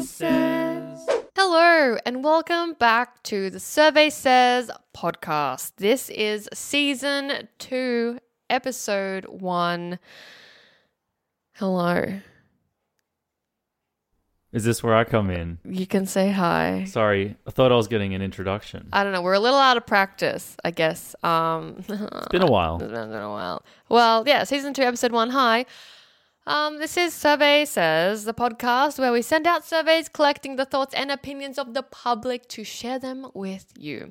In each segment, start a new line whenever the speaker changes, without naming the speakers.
Says. Hello, and welcome back to the Survey Says podcast. This is season two, episode one. Hello.
Is this where I come in?
You can say hi.
Sorry, I thought I was getting an introduction.
I don't know. We're a little out of practice, I guess. Um,
It's been a
It's
while.
been a while. Well, yeah, season two, episode one. Hi. Um, this is Survey Says, the podcast where we send out surveys collecting the thoughts and opinions of the public to share them with you.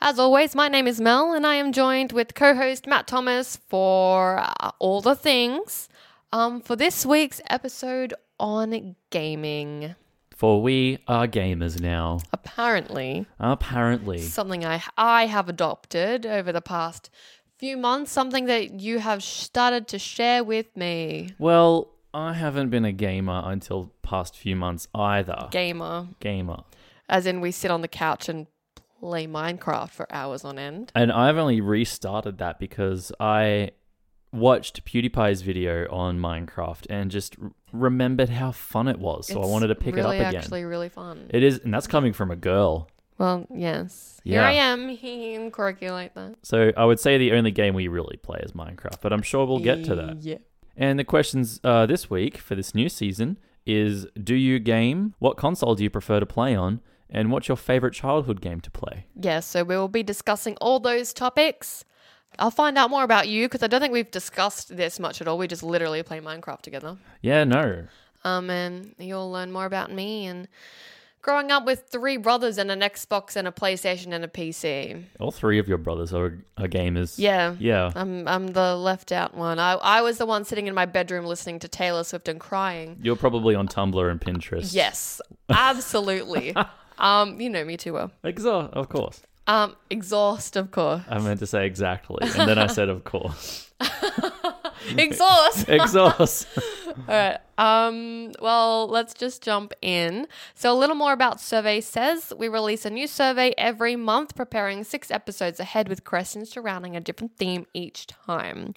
As always, my name is Mel, and I am joined with co host Matt Thomas for uh, all the things um, for this week's episode on gaming.
For we are gamers now,
Apparently,
apparently.
something I I have adopted over the past few months, something that you have started to share with me,
Well, I haven't been a gamer until past few months either.
gamer,
gamer.
as in we sit on the couch and play Minecraft for hours on end.
And I've only restarted that because I watched PewDiePie's video on Minecraft and just r- remembered how fun it was. So I
It's
wanted to pick
really
it up again.
Actually, really fun.
It is, and that's coming from a girl.
well, yes, here
Yeah.
I am, in quirky like that.
So I would say the only game we really play is Minecraft, but I'm sure we'll get to that.
Yeah.
And the questions uh, this week for this new season is Do you game? What console do you prefer to play on? And what's your favorite childhood game to play?
Yeah, so we will be discussing all those topics. I'll find out more about you because I don't think we've discussed this much at all. We just literally play Minecraft together.
Yeah, no.
Um, and you'll learn more about me and growing up with three brothers and an Xbox and a PlayStation and a PC.
All three of your brothers are, are gamers.
Yeah. Uh,
Yeah.
I'm I'm the left out one. I, I was the one sitting in my bedroom listening to Taylor Swift and crying.
You're probably on Tumblr and Pinterest.
Yes, absolutely. um, you know me too well.
Exa- of course.
Um, exhaust, of course.
I meant to say exactly. And then I said, of course.
Exhaust.
Exhaust.
All right. Um, well, let's just jump in. So, a little more about Survey Says. We release a new survey every month, preparing six episodes ahead with questions surrounding a different theme each time.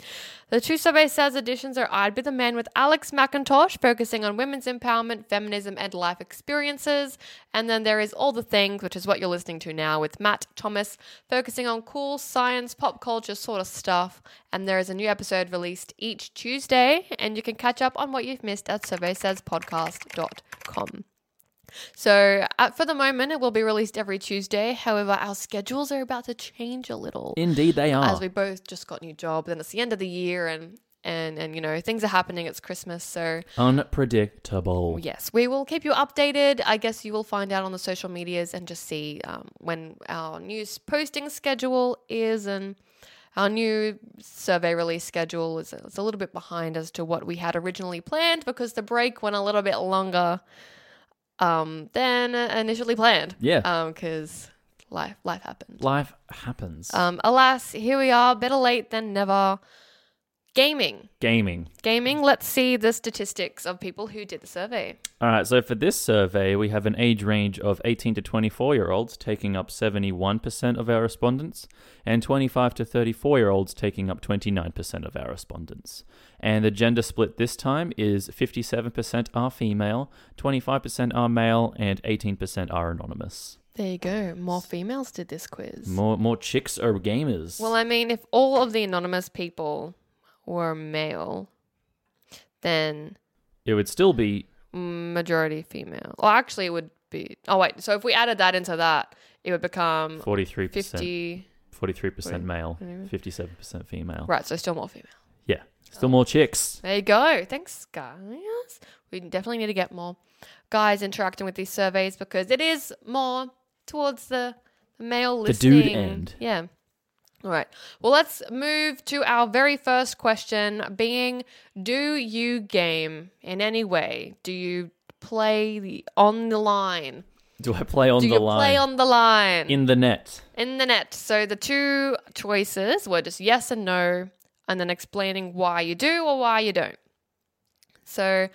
The two Survey Says editions are I'd Be the Man with Alex McIntosh, focusing on women's empowerment, feminism, and life experiences. And then there is All the Things, which is what you're listening to now with Matt Thomas, focusing on cool science, pop culture sort of stuff. And there is a new episode released each Tuesday, and you can catch up on what you've missed at surveysayspodcast.com. So, uh, for the moment, it will be released every Tuesday. However, our schedules are about to change a little
Indeed, they are.
as we both just got new jobs, and it's the end of the year, and and and you know things are happening. It's Christmas, so
Unpredictable.
Yes, we will keep you updated. I guess you will find out on the social medias and just see um, when our new posting schedule is and our new survey release schedule is it's a little bit behind as to what we had originally planned because the break went a little bit longer um, than initially planned.
Yeah.
Because life life happened.
Life happens.
Um, alas, here we are, better late than never. Gaming.
Gaming.
Gaming. Let's see the statistics of people who did the survey.
All right, so for this survey, we have an age range of 18 to 24 year olds taking up 71% of our respondents, and 25 to 34 year olds taking up 29% of our respondents. And the gender split this time is 57% are female, 25% are male, and 18% are anonymous.
There you go. More females did this quiz.
More more chicks are gamers.
well, I mean, if all of the anonymous people were male, then
it would still be
majority female. Well, actually, it would be. Oh, wait. So if we added that into that, it would become
43%,
50.
43% male, 57% female.
Right. So still more female.
Yeah, still more chicks.
There you go. Thanks, guys. We definitely need to get more guys interacting with these surveys because it is more towards the male
The
listening.
dude end.
Yeah. All right. Well, let's move to our very first question being do you game in any way? Do you play the, on the line?
Do I play on
Do
the
you
line?
play on the line?
in the net.
in the net. So the two choices were just yes and no, and then explaining why you do or why you don't. So,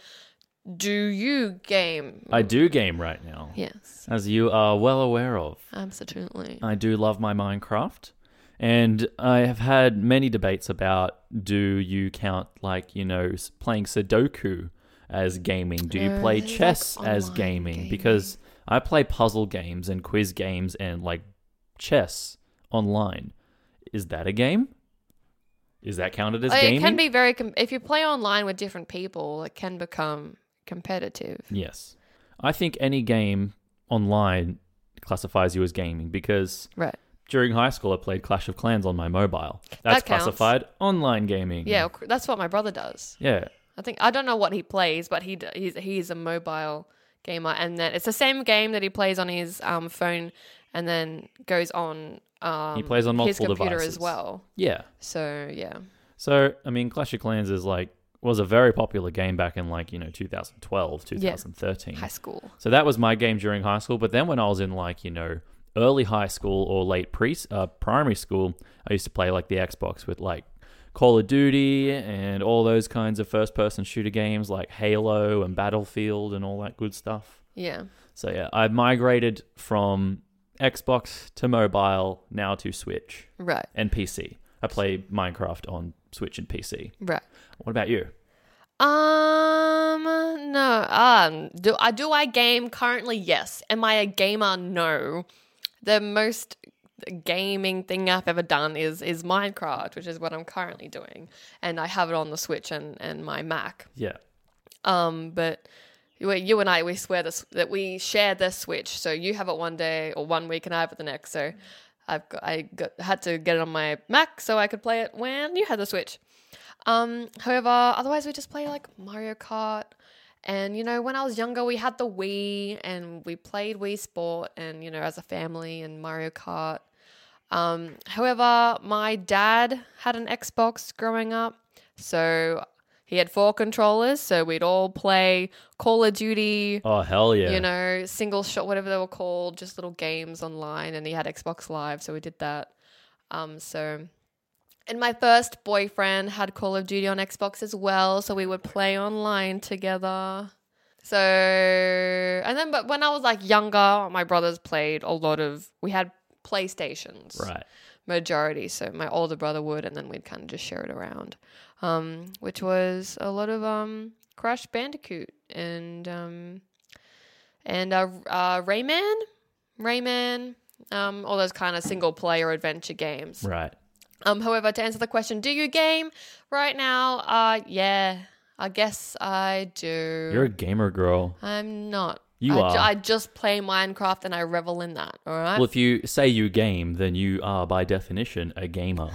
do you game?
I do game right now,
yes,
as you are well aware of.
absolutely.
I do love my Minecraft, and I have had many debates about do you count, like, you know, s- playing Sudoku as gaming? Do you
Uh,
play
it's like
chess as
online
gaming?
gaming.
Because I play puzzle games and quiz games and like chess online. Is that a game? Is that counted as
Like,
gaming?
Uh, it can be very com- if you play online with different people, it can become competitive.
Yes. I think any game online classifies you as gaming because
Right.
during high school I played Clash of Clans on my mobile. That's
counts.
classified online gaming.
Yeah, of cour- that's what my brother does.
Yeah.
I think I don't know what he plays, but he d- he's he's a mobile gamer, and then it's the same game that he plays on his um, phone, and then goes on. Um,
He plays on
his
multiple
computer
devices.
as well.
Yeah.
So yeah,
So, I mean, Clash of Clans is like was a very popular game back in like, you know, 2012, 2013.
high school.
So that was my game during high school, but then when I was in like, you know, early high school or late pre uh, primary school, I used to play like the Xbox with like Call of Duty and all those kinds of first person shooter games like Halo and Battlefield and all that good stuff.
Yeah,
So yeah, I migrated from Xbox to mobile, now to Switch
right,
and PC. I play Minecraft on Switch and PC.
right.
What about you?
Um, no. Um, do I do I game currently? Yes. Am I a gamer? No. The most gaming thing I've ever done is is Minecraft, which is what I'm currently doing, and I have it on the Switch and and my Mac.
Yeah.
Um, but you, you and I, we swear this that we share the Switch. So you have it one day or one week, and I have it the next. So I've got, I got, had to get it on my Mac so I could play it when you had the Switch. Um, however, otherwise we just play like Mario Kart. And you know, when I was younger, we had the Wii and we played Wii Sport, and you know, as a family, and Mario Kart. Um, however, my dad had an Xbox growing up, so he had four controllers. So we'd all play Call of Duty,
Oh hell yeah.
you know, single shot, whatever they were called, just little games online. And he had Xbox Live, so we did that. Um, so, and my first boyfriend had Call of Duty on Xbox as well, so we would play online together. So, and then, but when I was like younger, my brothers played a lot of. We had PlayStations,
Right.
majority. So my older brother would, and then we'd kind of just share it around, um, which was a lot of um, Crash Bandicoot and um, and uh, uh, Rayman, Rayman, um, all those kind of single player adventure games.
Right.
Um, however, to answer the question, do you game right now? Uh, yeah, I guess I do.
You're a gamer girl.
I'm not.
You
I ju-
are.
I just play Minecraft and I revel in that. All right.
Well, if you say you game, then you are by definition a gamer.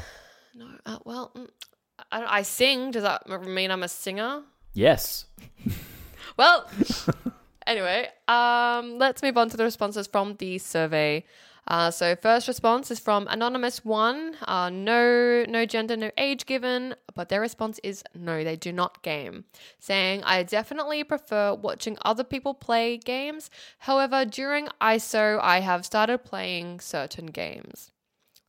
No, uh, well, mm, I, don't- I sing. Does that m- mean I'm a singer?
Yes.
Well, anyway, um, let's move on to the responses from the survey. Uh, so first response is from anonymous one. Uh, no, no gender, no age given, but their response is no, they do not game. Saying I definitely prefer watching other people play games. However, during ISO, I have started playing certain games.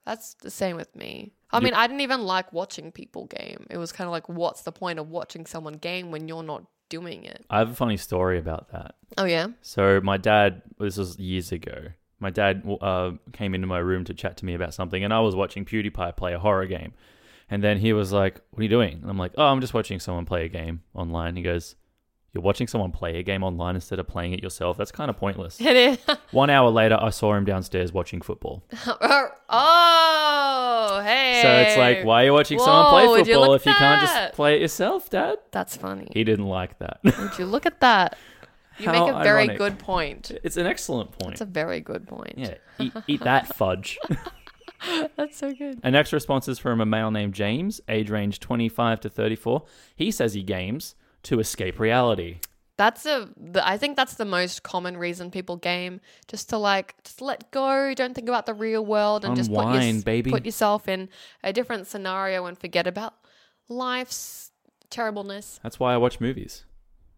That's the same with me. I mean, I didn't even like watching people game. It was kind of like, what's the point of watching someone game when you're not doing it?
I have a funny story about that.
Oh yeah.
So my dad, this was years ago. My dad uh, came into my room to chat to me about something, and I was watching PewDiePie play a horror game. And then he was like, "What are you doing?" And I'm like, "Oh, I'm just watching someone play a game online." He goes, "You're watching someone play a game online instead of playing it yourself? That's kind of pointless."
It is.
One hour later, I saw him downstairs watching football.
oh, hey.
So it's like, why are you watching someone play
Whoa, would you
football
look
if you
at
can't
that?
just play it yourself, Dad?
That's funny.
He didn't like that.
Would you look at that? You
How
make a very
ironic.
good point.
it's an excellent point.
It's a very good point.
yeah, eat, eat that fudge.
That's so good.
Our next response is from a male named James, age range 25 to 34. He says he games to escape reality.
That's a. The, I think that's the most common reason people game, just to like, just let go, don't think about the real world, and just put, your,
Unwind, baby.
put yourself in a different scenario and forget about life's terribleness.
That's why I watch movies.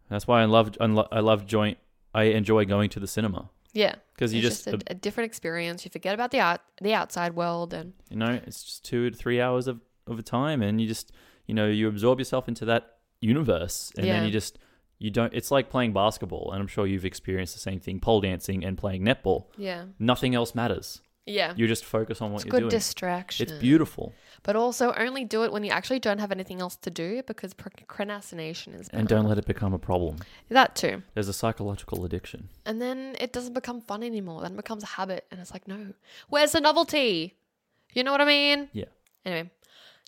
That's why I love unlo- I love joint I enjoy going to the cinema
Yeah,
because you
it's
just,
just, a, a different experience. You forget about the out, the outside world and
you know, it's just 2 to 3 hours of of time and you just, you know, you absorb yourself into that universe and
Yeah.
then you just you don't it's like playing basketball and I'm sure you've experienced the same thing pole dancing and playing netball.
yeah.
Nothing else matters.
Yeah.
You just focus on what
It's
you're
good
doing.
distraction.
it's beautiful.
But also only do it when you actually don't have anything else to do because procrastination is
And don't let it become a problem.
that too.
There's a psychological addiction.
And then it doesn't become fun anymore. Then it becomes a habit and it's like, no. Where's the novelty? You know what I mean?
Yeah.
Anyway.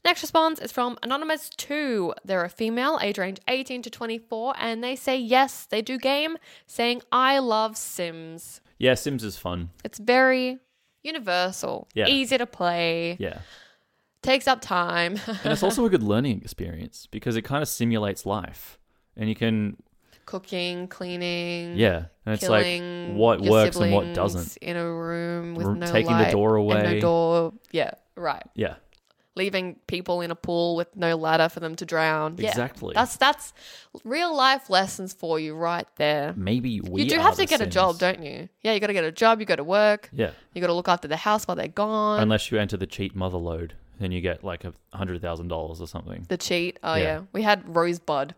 Next response is from Anonymous2. They're a female, age range 18 to 24, and they say yes, they do game, saying, I love Sims.
Yeah, Sims is fun.
It's very universal,
Yeah.
easy to play,
Yeah.
takes up time.
And it's also a good learning experience because it kind of simulates life. And you can,
Cooking, cleaning.
yeah. And it's
Mm-hmm. killing
like what
your
works and what
siblings
doesn't.
in a room with
R-
no
taking the
light
door
and
away.
no door. Yeah, right.
Yeah.
Leaving people in a pool with no ladder for them to drown. Yeah.
Exactly.
That's that's real life lessons for you right there.
Maybe we
you do
are
have to
the
get a
Sims.
job, don't you? Yeah, you got to get a job. You got to work.
Yeah.
You got to look after the house while they're gone.
Unless you enter the cheat mother load, then you get like a hundred thousand dollars or something.
the cheat. Oh
Yeah.
yeah. we had Rosebud.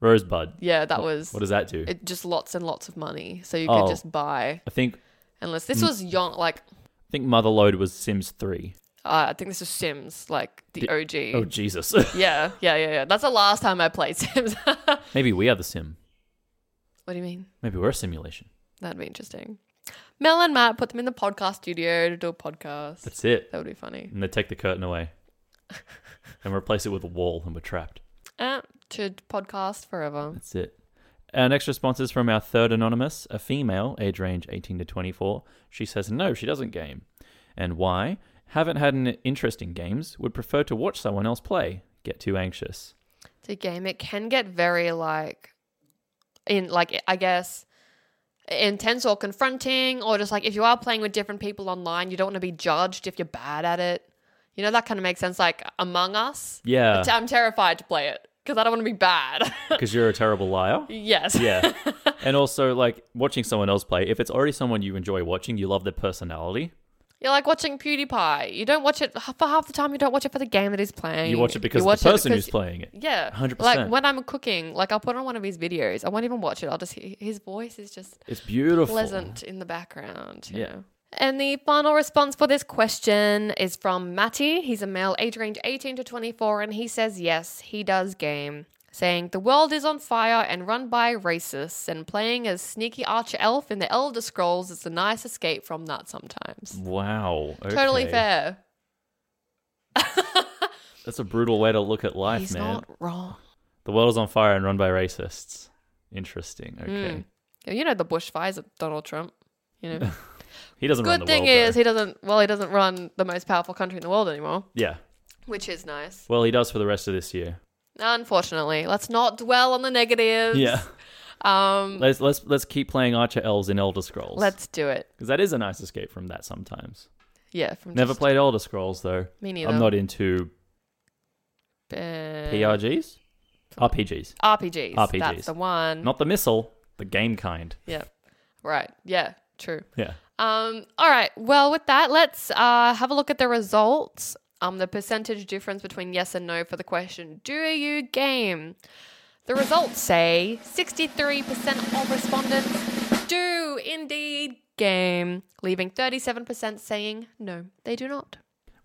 Rosebud.
Yeah, that was
What does that do?
it. Just lots and lots of money, so you
Oh. Mm.
could just buy.
I think I
Unless this was young, like
think mother load was Sims three.
uh, I think this is Sims, like the OG.
Oh Jesus.
Yeah, yeah, yeah, yeah. That's the last time I played Sims. what
Maybe we are the sim.
do you mean?
Maybe we're a simulation.
That'd be interesting. Mel and Matt put them in the podcast studio to do a podcast.
That's it.
that would be funny.
And they take the curtain away. and replace it with a wall and we're trapped.
Uh, to podcast forever.
That's it. Our next response is from our third anonymous, a female, age range 18 to 24. She says no, she doesn't game. And why? Haven't had an interest in games, would prefer to watch someone else play. Get too anxious.
To game, it can get very like, in like I guess, intense or confronting, or just like if you are playing with different people online, you don't want to be judged if you're bad at it. You know that kind of makes sense. Like Among Us,
Yeah,
I'm terrified to play it because I don't want to be bad.
because you're a terrible liar.
yes.
Yeah. and also, like, watching someone else play, if it's already someone you enjoy watching, you love their personality,
You're like watching PewDiePie. You don't watch it for half the time. You don't watch it for the game that he's playing.
you watch it because
watch
of the person
because-
who's playing it.
Yeah,
100%.
Like when I'm cooking, like I'll put on one of his videos. I won't even watch it. I'll just hear his voice is just
It's beautiful.
pleasant in the background. you
Yeah.
know. And the final response for this question is from Matty. He's a male, age range 18 to 24, and he says yes, he does game, saying the world is on fire and run by racists, and playing as sneaky archer elf in the Elder Scrolls is a nice escape from that sometimes.
Wow.
Totally
okay.
fair.
That's a brutal way to look at life,
He's
man.
not wrong.
The world is on fire and run by racists. Interesting.
Hmm.
Okay.
Yeah, You know the bushfires of Donald Trump. You know.
He doesn't run
Good
the
thing
world. though.
is he doesn't. Well, he doesn't run the most powerful country in the world anymore,
Yeah.
which is nice.
Well, he does for the rest of this year.
Unfortunately, let's not dwell on the negatives.
Yeah.
Um.
Let's let's let's keep playing Archer Elves in Elder Scrolls.
Let's do it.
because that is a nice escape from that sometimes.
Yeah. From
Never
just,
played Elder Scrolls though.
Me neither.
I'm not into
uh,
PRGs, RPGs,
RPGs.
RPGs.
That's the one.
not the missile, the game kind.
yeah. Right. Yeah. True.
Yeah.
Um, all right. Well, with that, let's uh, have a look at the results. Um, the percentage difference between yes and no for the question Do you game? The results say 63% of respondents do indeed game, leaving 37% saying no, they do not.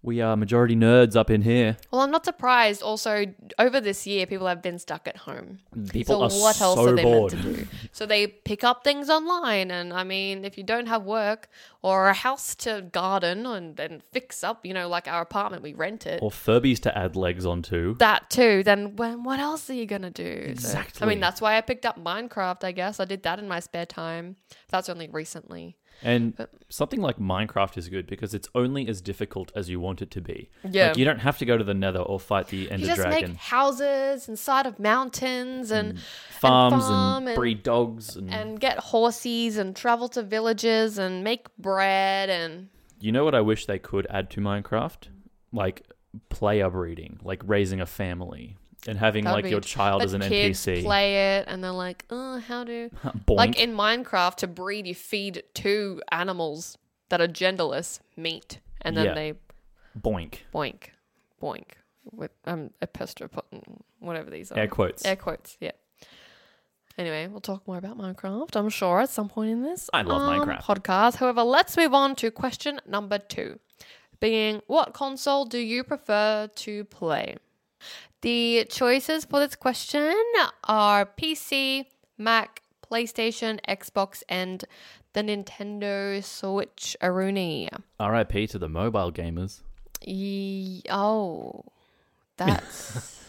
We are majority nerds up in here.
Well, I'm not surprised. Also, over this year, people have been stuck at home.
People
so
are
what else
so
are they
bored.
meant to do? So they pick up things online, and I mean, if you don't have work or a house to garden and then fix up, you know, like our apartment, we rent it.
Or Furbies to add legs onto.
that too. Then when what else are you gonna do? So, I
Exactly.
mean, that's why I picked up Minecraft. I guess I did that in my spare time. That's only recently.
And
Uh,
something like Minecraft is good because it's only as difficult as you want it to be.
Yeah.
Like you don't have to go to the Nether or fight the Ender
You just
Dragon.
make houses inside of mountains and
farms and,
farm and-
breed dogs and,
and get horses and travel to villages and make bread and
you know what I wish they could add to Minecraft? Like player breeding, like raising a family and having
That'd
like
be
your
int-
child
but
as an
kids
NPC.
Play it, and they're like, "Oh, how do?"
Boink.
Like in Minecraft, to breed, you feed two animals that are genderless meat, and then
Yeah.
they
boink.
boink, boink. With um, a pestropod, whatever these are.
Air quotes.
Air quotes. Yeah. Anyway, we'll talk more about Minecraft, I'm sure, at some point in this
I love
um,
Minecraft.
podcast. However, let's move on to question number two, being what console do you prefer to play? The choices for this question are PC, Mac, PlayStation, Xbox, and the Nintendo Switch Aruni.
RIP to the mobile gamers.
Ye- oh, that's.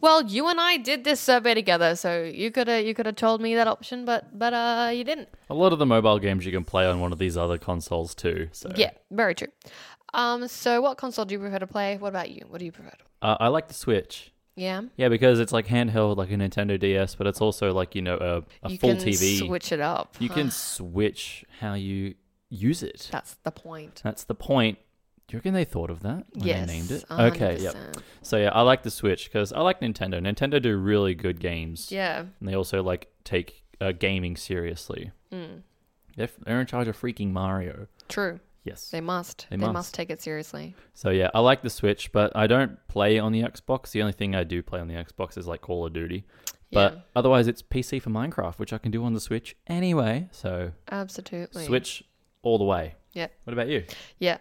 Well, you and I did this survey together, so you could have you could have told me that option, but but uh, you didn't.
A lot of the mobile games you can play on one of these other consoles too. So
Yeah, very true. Um, so what console do you prefer to play? What about you? What do you prefer? To-
uh, I like the Switch.
yeah,
Yeah, because it's like handheld, like a Nintendo DS, but it's also like you know a, a
you
full
can
TV.
switch it up.
you can switch how you use it.
That's the point.
That's the point. Do you reckon they thought of that when
yes.
they named it? Okay, yep.
100%.
So yeah, I like the Switch because I like Nintendo. Nintendo do really good games,
Yeah.
and they also like take uh, gaming seriously.
Mm,
They're, they're in charge of freaking Mario.
true.
Yes.
They must.
They
They, must.
must.
take it seriously.
so yeah, I like the Switch, but I don't play on the Xbox. The only thing I do play on the Xbox is like Call of Duty. But
Yeah.
otherwise, it's PC for Minecraft, which I can do on the Switch anyway. So
Absolutely.
Switch all the way.
Yeah.
What about you?
Yeah.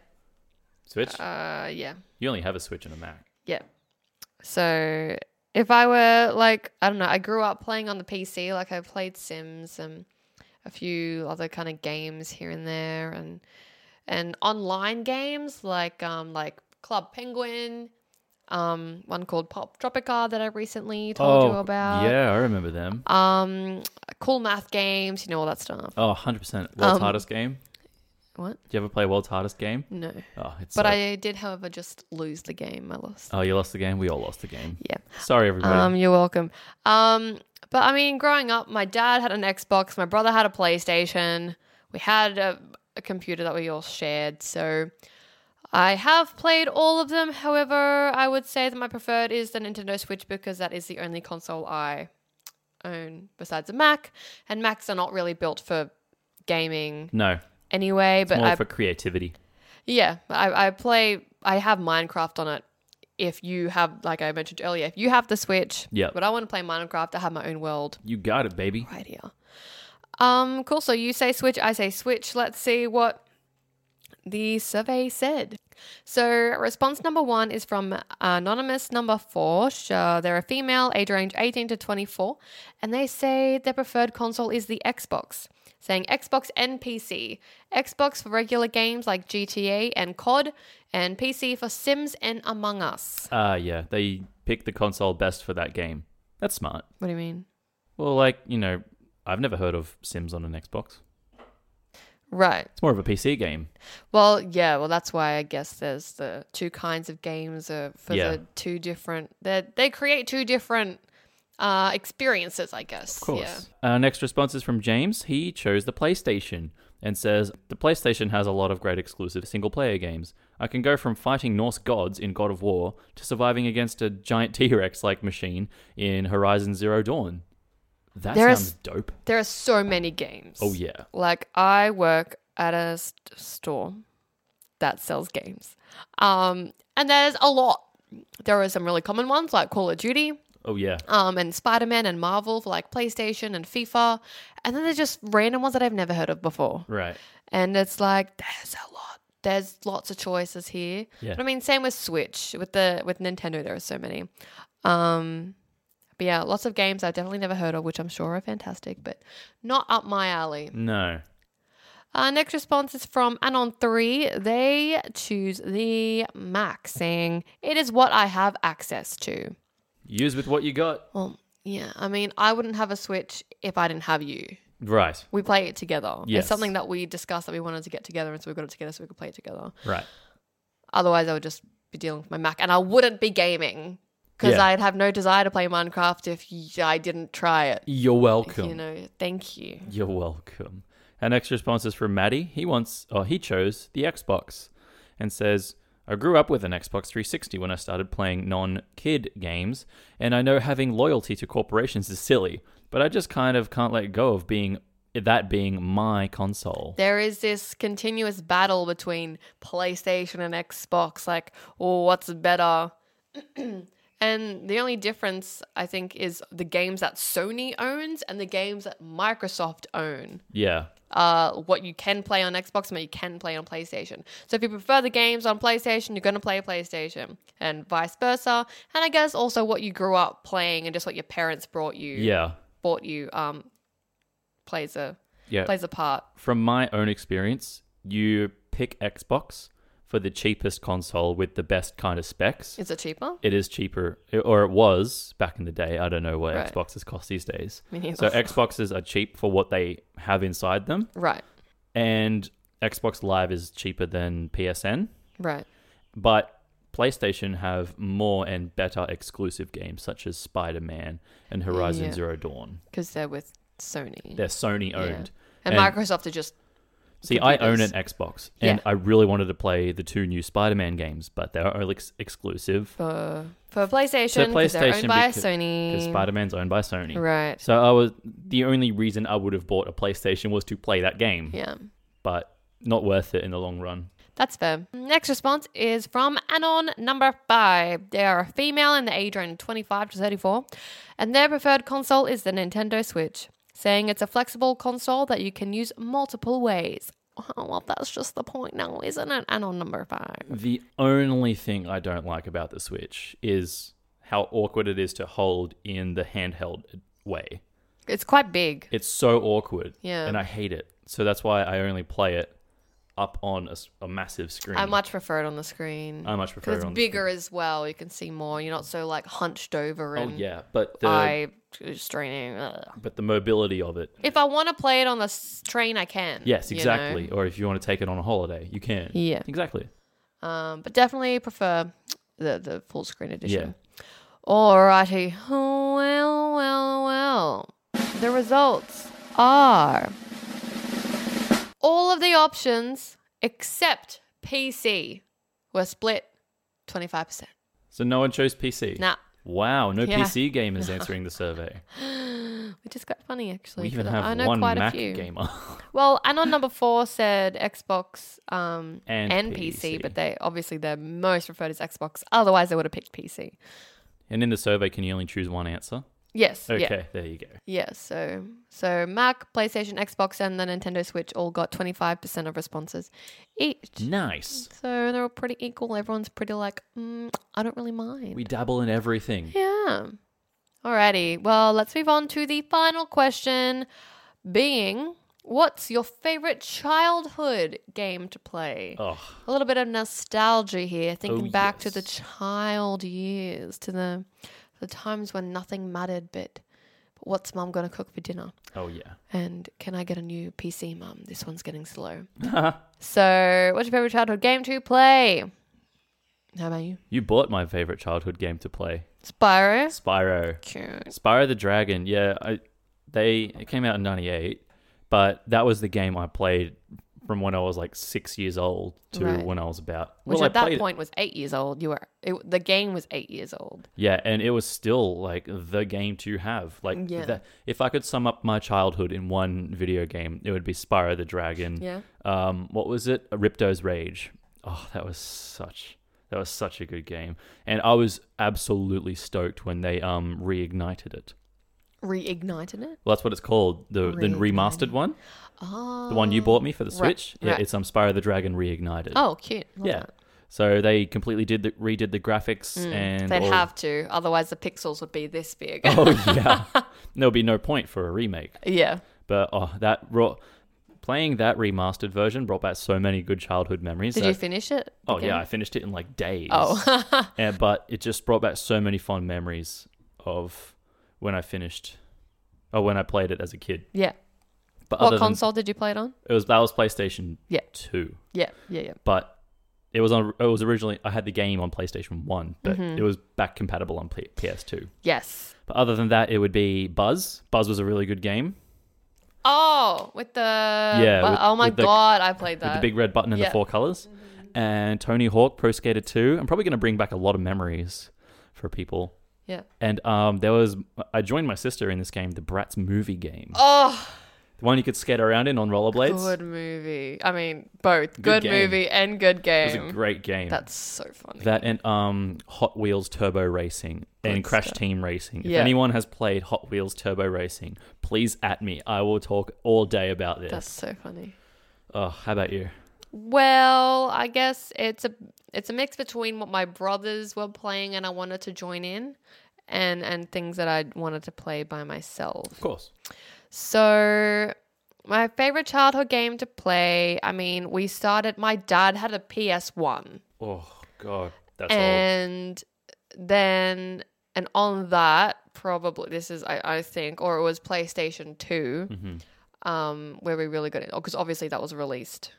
Switch?
Uh. Yeah.
you only have a Switch and a Mac.
Yeah. So if I were like, I don't know, I grew up playing on the PC, like I played Sims and a few other kind of games here and there and and online games like um like Club Penguin, um one called Pop Tropica that I recently told you about.
Oh, Yeah, I remember them.
Um cool math games, you know all that stuff.
Oh, 100%. World's
Um,
Hardest Game.
What?
Do you ever play World's Hardest Game?
No.
Oh, it's
But
so-
I did however just lose the game I lost.
Oh, you lost the game? We all lost the game.
Yeah.
Sorry, everybody.
Um, you're welcome. Um, but I mean, growing up, my dad had an Xbox, my brother had a PlayStation. We had a, a computer that we all shared, so I have played all of them. However, I would say that my preferred is the Nintendo Switch because that is the only console I own besides a Mac, and Macs are not really built for gaming
no,
anyway. But
more
I
for creativity.
yeah, I, I play. I have Minecraft on it. If you have, like I mentioned earlier, if you have the Switch,
Yep.
But I want to play Minecraft. I have my own world
You got it, baby.
right here. Um, cool. So you say Switch, I say Switch. Let's see what the survey said. So response number one is from anonymous number four. Uh, they're a female, age range 18 to 24, and they say their preferred console is the Xbox. Saying Xbox and PC. Xbox for regular games like GTA and COD, and PC for Sims and Among Us.
Ah, yeah. They picked the console best for that game. That's smart.
What do you mean?
Well, like, you know, I've never heard of Sims on an Xbox.
Right.
It's more of a PC game.
Well, yeah, well that's why I guess there's the two kinds of games uh, for
Yeah.
the two different they they create two different uh experiences, I guess.
Of course. Our next response is from James. He chose the PlayStation and says The PlayStation has a lot of great exclusive single player games. I can go from fighting Norse gods in God of War to surviving against a giant T Rex like machine in Horizon Zero Dawn. That
There is-
sounds dope.
There are so many games.
Oh, yeah.
Like I work at a st- store that sells games. Um and there's a lot. There are some really common ones like Call of Duty,
Oh, yeah.
um, and Spider Man and Marvel for like PlayStation and FIFA, and then there's just random ones that I've never heard of before.
Right.
And it's like there's a lot. There's lots of choices here.
Yeah.
But I mean, same with Switch. With the with Nintendo, there are so many. Um, but yeah, lots of games I've definitely never heard of, which I'm sure are fantastic, but not up my alley.
No.
Our next response is from Anon3. They choose the Mac, saying, It is what I have access to.
Use with what you got.
Well, yeah, I mean, I wouldn't have a Switch if I didn't have you.
Right.
We play it together.
Yes.
It's something that we discussed that we wanted to get together, and so we got it together so we could play it together.
Right.
Otherwise, I would just be dealing with my Mac, and I wouldn't be gaming because
Yeah.
I'd have no desire to play Minecraft if y- I didn't try it.
You're welcome.
You know, thank you.
You're welcome. Our next response is from Maddie. He wants, or he chose the Xbox and says, I grew up with an Xbox 360 when I started playing non kid games, and I know having loyalty to corporations is silly, but I just kind of can't let go of being that being my console.
There is this continuous battle between PlayStation and Xbox, like, oh, what's better? And the only difference, I think, is the games that Sony owns and the games that Microsoft own.
Yeah.
Uh, what you can play on Xbox and what you can play on PlayStation. So if you prefer the games on PlayStation, you're going to play PlayStation and vice versa. And I guess also what you grew up playing and just what your parents brought you,
Yeah.
bought you, um, plays a,
Yeah.
plays a part.
From my own experience, you pick Xbox for the cheapest console with the best kind of specs.
Is it cheaper?
it is cheaper, or it was back in the day. I don't know what
Right.
Xboxes cost these days.
Me neither.
So Xboxes are cheap for what they have inside them,
Right,
and Xbox Live is cheaper than PSN.
right.
But PlayStation have more and better exclusive games such as Spider Man and Horizon
Yeah.
Zero Dawn.
Because they're with Sony.
They're Sony
Yeah.
owned.
and,
and-
Microsoft are just
See, I own an
computers.
Xbox, and
Yeah.
I really wanted to play the two new Spider Man games, but they're only ex- exclusive
for uh, for PlayStation because they're
PlayStation
owned by
because- because
Sony.
Spider Man's owned by Sony.
right.
So I was the only reason I would have bought a PlayStation was to play that game,
Yeah.
but not worth it in the long run.
That's fair. Next response is from Anon number five. They are a female in the age range 25 to 34, and their preferred console is the Nintendo Switch, saying it's a flexible console that you can use multiple ways. Oh, well, that's just the point now, isn't it? Anon number five.
The only thing I don't like about the Switch is how awkward it is to hold in the handheld way.
It's quite big.
It's so awkward,
Yeah.
and I hate it. So that's why I only play it up on a, s- a massive screen.
I much prefer it on the screen.
I much prefer
Because
it on
it's
the
bigger as well. You can see more. You're not so like hunched over
screen.
and
Oh yeah, but the
eye straining. Ugh.
but the mobility of it.
If I want to play it on the s- train, I can.
Yes,
you know?
exactly. Or if you want to take it on a holiday, you can.
Yeah.
exactly.
Um, but definitely prefer the the full screen edition.
Yeah.
Alrighty. Oh, well, well, well. The results are all of the options except PC were split twenty five percent.
So no one chose PC.
Nah.
Wow, no
Yeah.
PC gamers answering the survey.
Which is quite funny, actually.
We even
'cause I- I
have
know
one
quite
Mac
a few.
gamer.
Well, Anon number four said Xbox um,
And
and, PC,
PC.
but they obviously their most referred is Xbox. Otherwise, they would have picked PC.
and in the survey, can you only choose one answer?
Yes.
Okay,
Yeah.
there you go.
Yeah. So, so Mac, PlayStation, Xbox, and the Nintendo Switch all got twenty five percent of responses each.
Mm. Nice.
So they're all pretty equal. Everyone's pretty like, mm, I don't really mind.
We dabble in everything.
Yeah. Alrighty. Well, let's move on to the final question being what's your favorite childhood game to play?
Oh,
A little bit of nostalgia here, thinking
Oh,
back to the
yes.
child years, to the the times when nothing mattered but but what's mum gonna cook for dinner?
oh yeah.
And can I get a new PC, mum? This one's getting slow. so, what's your favorite childhood game to play? How about you?
You bought my favorite childhood game to play,
Spyro.
Spyro.
Cute.
Spyro the Dragon. Yeah, I, they it came out in '98, but that was the game I played from when I was like six years old to
Right.
when I was about.
Which
well,
at
I
that
played it-
point was eight years old. You were it, the game was eight years old.
Yeah, and it was still like the game to have. Like,
Yeah.
the- if I could sum up my childhood in one video game, it would be Spyro the Dragon.
Yeah.
Um, what was it? Ripto's Rage. Oh, that was such that was such a good game, and I was absolutely stoked when they um reignited it.
Reignited it.
Well, that's what it's called, the the remastered
Reignited.
one,
Oh.
the one you bought me for the
right,
Switch. Yeah,
right.
it's um Spyro the Dragon reignited.
Oh, cute. Love
yeah.
that.
So they completely did the, redid the graphics and
They'd
all-
Mm, have to, otherwise the pixels would be this big.
Oh yeah, there'll be no point for a remake.
yeah.
But oh, that raw playing that remastered version brought back so many good childhood memories.
Did
that-
you finish it? the
oh yeah, I
game?
finished it in like days.
Oh.
and, but it just brought back so many fond memories of when I finished, or when I played it as a kid.
yeah.
But
What
other than-
console did you play it on?
it was that was PlayStation
Yeah.
two,
Yeah. Yeah. Yeah.
but. It was on. It was originally. I had the game on PlayStation One, but
Mm-hmm.
it was back compatible on P- PS2.
Yes.
But other than that, it would be Buzz. Buzz was a really good game.
Oh, with the
Yeah,
well,
with-
oh my
with the-
god, I played
with
that.
the big red button and
Yeah.
the four colors. And Tony Hawk Pro Skater 2. I'm probably going to bring back a lot of memories for people.
yeah.
And um, there was I joined my sister in this game, the Bratz movie game.
Oh,
one you could skate around in on rollerblades.
Good movie. I mean, both
Good
good,
game.
movie and good
It
game.
was a great game.
That's so funny.
that and um, Hot Wheels Turbo Racing and
Good
Crash
stuff.
Team Racing. If
Yeah.
anyone has played Hot Wheels Turbo Racing, please at me. I will talk all day about this.
That's so funny.
Oh, how about you?
Well, I guess it's a it's a mix between what my brothers were playing and I wanted to join in, and and things that I wanted to play by myself.
Of course.
So, my favorite childhood game to play. I mean, we started. My dad had a PS One,
Oh God, that's old.
and then and on that probably this is I, I think or it was PlayStation 2 um, where we really got it because obviously that was released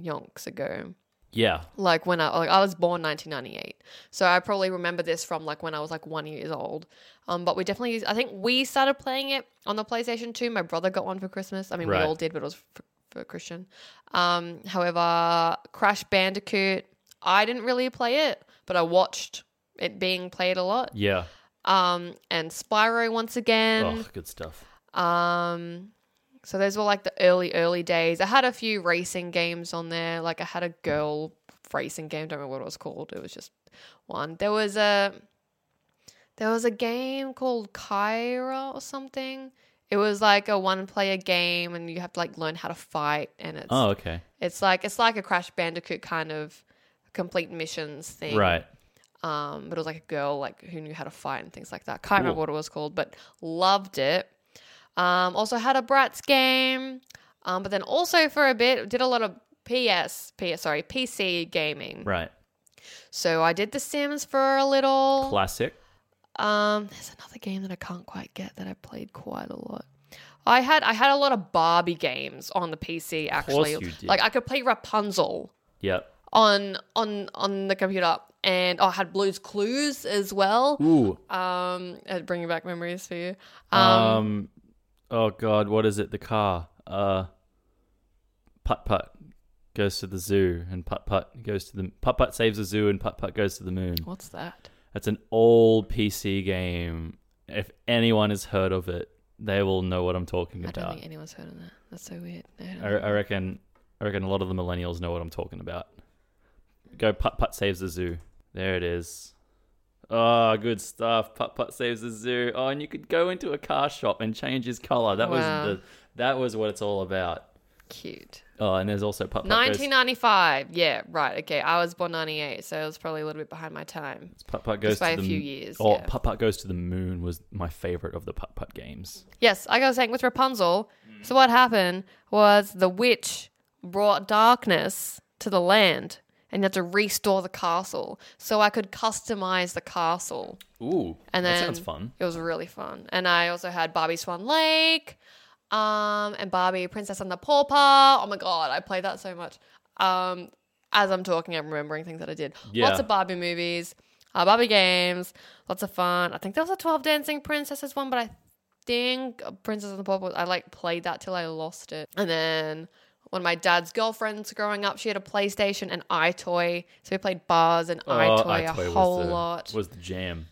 yonks ago.
Yeah,
Like when I like I was born 1998, so I probably remember this from like when I was like one years old. Um, but we definitely used, I think we started playing it on the PlayStation 2. My brother got one for Christmas. I mean,
Right.
we all did, but it was for, for Christian. Um, however, Crash Bandicoot, I didn't really play it, but I watched it being played a lot.
yeah.
Um, and Spyro once again.
Oh, good stuff.
Um, so those were like the early, early days. I had a few racing games on there. Like I had a girl racing game. Don't remember what it was called. It was just one. There was a there was a game called Kyra or something. It was like a one-player game, and you have to like learn how to fight. And it's
Oh, okay.
it's like it's like a Crash Bandicoot kind of complete missions thing,
Right.
um, but it was like a girl like who knew how to fight and things like that. Can't
Cool.
remember what it was called, but loved it. Um, also had a Bratz game, um, but then also for a bit did a lot of PS, PS sorry PC gaming.
Right.
So I did The Sims for a little.
Classic.
Um, there's another game that I can't quite get that I played quite a lot. I had I had a lot of Barbie games on the PC actually.
you did.
Like I could play Rapunzel
Yep.
on on on the computer, and oh, I had Blue's Clues as well.
Ooh.
Um, uh, bringing back memories for you.
Um,
Um,
Oh God, what is it? The car. Uh. Putt putt goes to the zoo, and putt putt goes to the putt putt saves the zoo, and putt putt goes to the moon.
what's that?
That's an old PC game. If anyone has heard of it, they will know what I'm talking
I don't
about.
think anyone's heard of that. That's so weird. I don't
I,
know.
I reckon. I reckon a lot of the millennials know what I'm talking about. Go putt putt saves the zoo. There it is. Oh, good stuff. Putt putt saves the zoo. Oh, and you could go into a car shop and change his color. That
Wow.
was the. That was what it's all about.
Cute.
Oh, and there's also putt putt goes.
1995. Yeah, right. Okay, I was born 98, so it was probably a little bit behind my time.
Putt putt goes
just
to
by a
the
few
m-
years,
Oh,
yeah.
putt putt goes to the moon was my favorite of the putt putt games.
Yes, like I was saying with Rapunzel. So what happened was the witch brought darkness to the land, and you had to restore the castle. So I could customize the castle.
Ooh,
And
that
then
sounds fun.
It was really fun. And I also had Barbie Swan Lake, um, and Barbie Princess and the Pauper. Oh my god, I played that so much. Um, as I'm talking, I'm remembering things that I did.
Yeah.
Lots of Barbie movies, uh, Barbie games, lots of fun. I think there was a 12 Dancing Princesses one, but I think Princess and the Pauper. I like played that till I lost it, and then. One of my dad's girlfriends growing up, she had a PlayStation and iToy. So we played bars and
Oh,
iToy a
iToy was
whole
the-
lot.
Was the jam.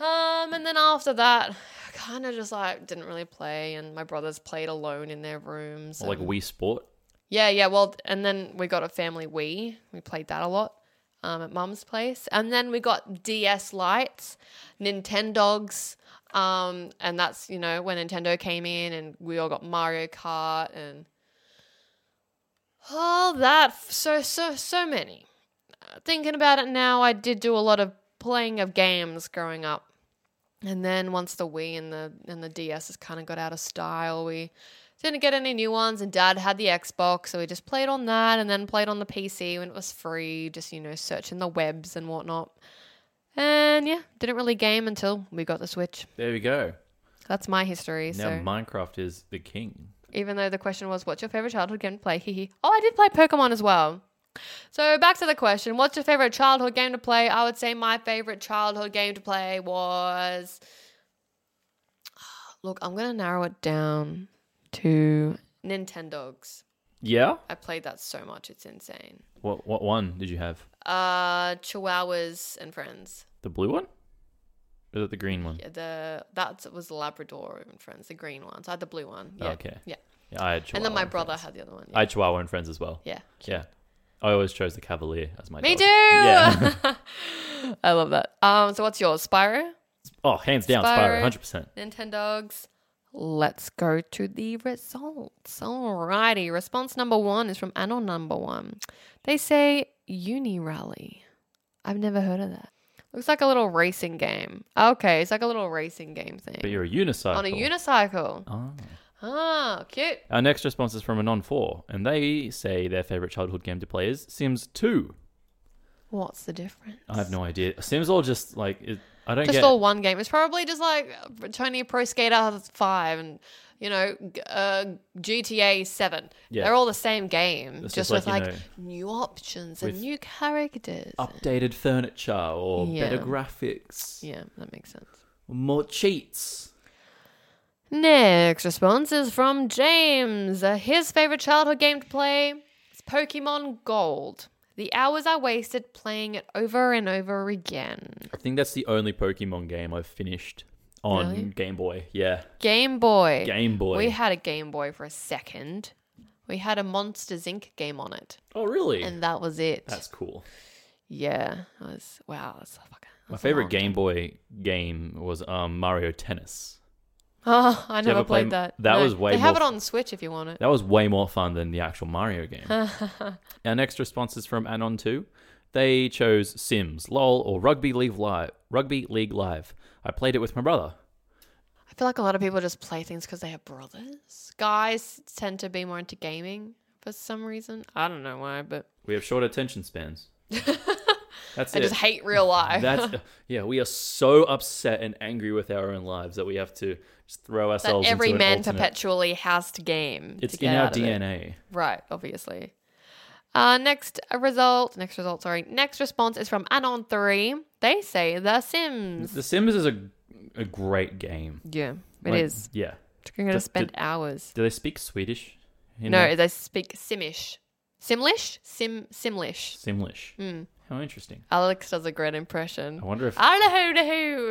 Um, and then after that, I kind of just like didn't really play, and my brothers played alone in their rooms.
Or like
and-
Wii Sport.
yeah, yeah. Well, and then we got a family Wii. We played that a lot um, at Mum's place, and then we got DS lights, Nintendogs, um, and that's you know when Nintendo came in, and we all got Mario Kart and all that. So so so many. Uh, Thinking about it now, I did do a lot of playing of games growing up. And then once the Wii and the and the DS has kind of got out of style, we didn't get any new ones. And Dad had the Xbox, so we just played on that, and then played on the PC when it was free, just you know searching the webs and whatnot. And yeah, didn't really game until we got the Switch.
There we go.
That's my history.
Now
so
Minecraft is the king.
even though the question was, "What's your favorite childhood game to play?" Hee hee. Oh, I did play Pokemon as well. So back to the question: What's your favorite childhood game to play? I would say my favorite childhood game to play was. Look, I'm gonna narrow it down to Nintendogs.
Yeah.
I played that so much; it's insane.
What what one did you have?
Uh, Chihuahuas and Friends.
The blue one? Is it the green one?
Yeah, the that was Labrador and Friends, the green one. So I had the blue one. Yeah.
Oh, Okay.
Yeah.
I had Chihuahua
and then my
and
brother
Friends.
had the other one.
I had Chihuahua and friends as well.
yeah.
Yeah. I always chose the Cavalier as my
Me
dog.
too.
Yeah.
I love that. Um, so what's yours? Spyro,
Oh, hands down,
Spyro.
Spyro, 100%.
Nintendogs. Let's go to the results. Alrighty. Response number one is from Anno number one. They say Uni Rally. I've never heard of that. Looks like a little racing game. Okay, it's like a little racing game thing.
But you're a unicycle.
on a unicycle.
Ah.
Ah, cute.
Our next response is from a non 4, and they say their favorite childhood game to play is Sims 2.
What's the difference?
I have no idea. Sims all just like, it, I don't
just
get
all one game. It's probably just like uh, Tony Pro Skater Five and you know g- uh, GTA Seven.
Yeah.
They're all the same game,
It's
just,
just
with
like,
like,
you know,
new options
with
and new characters.
updated furniture or
Yeah.
better graphics,
Yeah, that makes sense.
more cheats.
Next response is from James. Uh, his favorite childhood game to play is Pokemon Gold. The hours I wasted playing it over and over again.
I think that's the only Pokemon game I've finished on
Really?
Game Boy. Yeah,
Game Boy.
Game Boy.
We had a Game Boy for a second. We had a Monsters Inc. game on it,
oh, really?
and that was it.
that's cool.
yeah, it was wow. That's a fucking.
My
that's a
favorite
long-
Game Boy game was um, Mario Tennis.
Oh, I
Do you
never
ever play
played
m-
that.
that was way
They have
more
it on Switch if you want it.
That was way more fun than the actual Mario game. Our next response is from Anon Two. They chose Sims, LOL, or Rugby League Live. Rugby League Live. I played it with my brother.
I feel like a lot of people just play things because they have brothers. Guys tend to be more into gaming for some reason. I don't know why, but
We have short attention spans. That's
I
it.
just hate real life.
That's yeah. We are so upset and angry with our own lives that we have to just throw
that
ourselves.
every
into
man
an alternate-
perpetually has to game.
It's
to get
in our
out of it.
DNA.
Right, obviously. Uh, next result, next result, sorry. Next response is from Anon3. They say The Sims.
The Sims is a a great game.
Yeah, it
Mm. Like,
is.
Yeah.
You're going to
d-
spend hours.
Do they speak Swedish? in
No,
that?
they speak Simish. Simlish? Sim Simlish.
Simlish.
Hmm.
How interesting.
Alex does a great impression.
I wonder if
I don't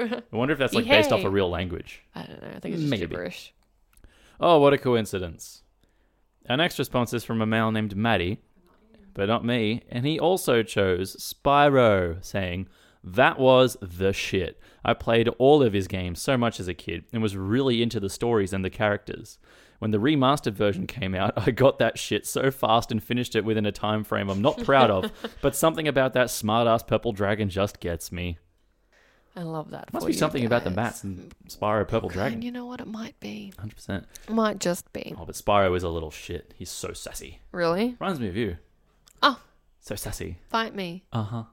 know.
I wonder if that's like based off
Yay.
a real language.
I don't know. I think it's just
Maybe.
gibberish.
Oh, what a coincidence. Our next response is from a male named Maddie, but not me, and he also chose Spyro, saying, That was the shit. I played all of his games so much as a kid and was really into the stories and the characters. When the remastered version came out, I got that shit so fast and finished it within a time frame I'm not proud of, but something about that smart ass purple dragon just gets me.
I love that.
Must
for
be
you
something about the
guys.
mats and Spyro purple
And
dragon.
you know what? It might be.
100%.
Might just be.
Oh, but Spyro is a little shit. He's so sassy.
Really?
Reminds me of you.
Oh,
So sassy.
fight me.
Uh huh.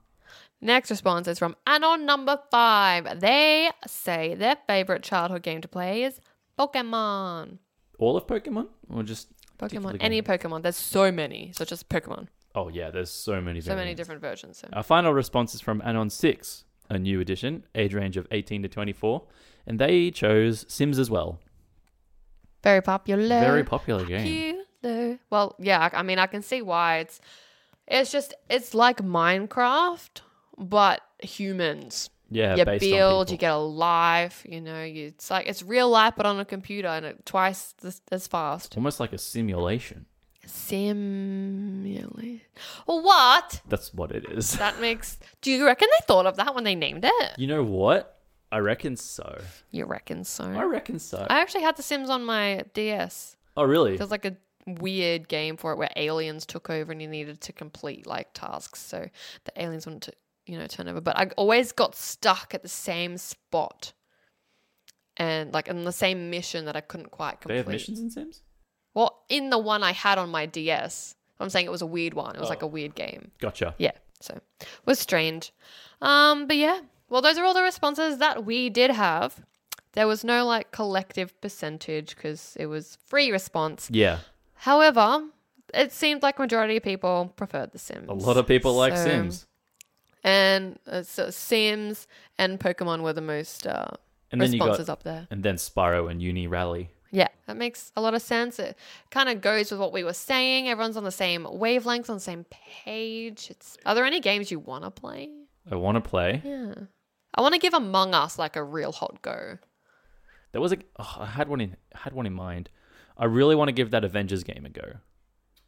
Next response is from Anon number five. They say their favorite childhood game to play is Pokemon.
All of Pokemon, or just particular
Pokemon,
game?
any Pokemon. There's so many, so just Pokemon.
Oh yeah, there's so many.
So many
variants.
different versions. So.
Our final response is from Anon Six, a new edition, age range of 18 to 24, and they chose Sims as well.
Very popular.
Very popular game.
popular. Well, yeah. I I mean, I can see why it's. It's just it's like Minecraft, but humans.
Yeah,
you
based
build,
on
you
people.
get a life. You know, you, it's like it's real life, but on a computer, and it twice this, as fast.
almost like a simulation.
Simulate. What?
That's what it is.
That makes. Do you reckon they thought of that when they named it?
you know what? I reckon so.
You reckon so?
I reckon so.
I actually had The Sims on my DS.
oh really?
There's like a weird game for it where aliens took over and you needed to complete like tasks. So the aliens wanted to, you know, turn over. But I always got stuck at the same spot and like in the same mission that I couldn't quite complete.
They have missions in Sims.
Well, in the one I had on my DS. I'm saying it was a weird one. It was like
Oh.
a weird game.
Gotcha.
Yeah. So it was strange. Um, but yeah. Well, those are all the responses that we did have. There was no like collective percentage because it was free response.
Yeah.
However, it seemed like majority of people preferred The Sims.
A lot of people like
So-
Sims.
and uh, so Sims and Pokemon were the most uh,
And then you got
responses up there.
and then Spyro and Uni Rally.
Yeah, that makes a lot of sense. It kind of goes with what we were saying. Everyone's on the same wavelength, on the same page. It's are there any games you want to play?
I want to play.
Yeah. I want to give Among Us like a real hot go.
There was a oh, I had one in had one in mind. I really want to give that Avengers game a go.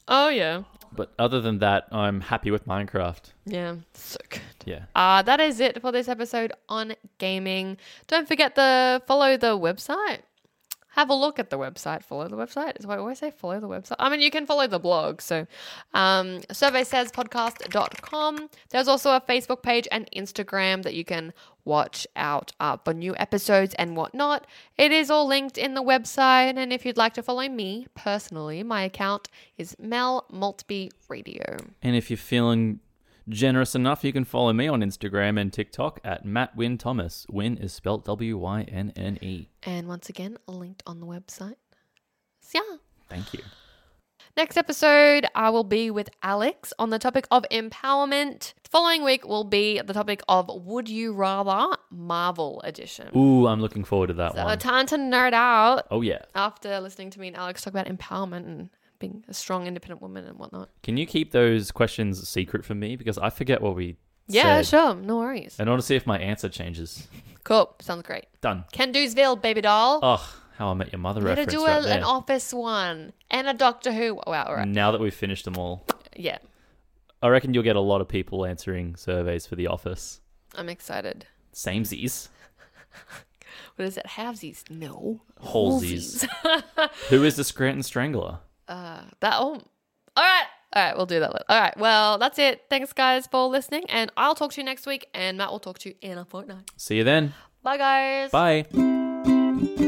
Oh yeah,
But other than that, I'm happy with Minecraft.
yeah, so good.
Yeah.
Uh, that is it for this episode on gaming. Don't forget to follow the website. Have a look at the website. Follow the website. Is why I always say follow the website. I mean, you can follow the blog. So, um, surveysayspodcast.com. There's also a Facebook page and Instagram that you can watch out uh, for new episodes and whatnot. It is all linked in the website. And if you'd like to follow me personally, my account is Mel Maltby Radio.
And if you're feeling generous enough, you can follow me on Instagram and TikTok at Matt Wynn Thomas. Wynn is spelt W Y N N E.
And once again, linked on the website. So, yeah.
Thank you.
Next episode, I will be with Alex on the topic of empowerment. The following week will be the topic of Would You Rather Marvel Edition.
Ooh, I'm looking forward to that
So,
one.
time to nerd out
oh, yeah.
after listening to me and Alex talk about empowerment and being a strong, independent woman and whatnot.
Can you keep those questions secret from me? Because I forget what we
Yeah,
said.
sure. No worries.
And I want to see if my answer changes.
Cool. Sounds great.
Done.
Can do'sville, baby doll.
Oh, how I met your mother
We're going
reference
to do
right
a,
there.
an office one and a Doctor Who. Wow, all right.
Now that we've finished them all,
Yeah,
I reckon you'll get a lot of people answering surveys for the office.
I'm excited.
Samesies.
What is it? Halvesies? No.
Halsies. Who is the Scranton Strangler?
Uh, that oh. All right. All right, we'll do that. later. All right. Well, that's it. Thanks guys for listening and I'll talk to you next week and Matt will talk to you in a fortnight.
See you then.
Bye guys.
Bye.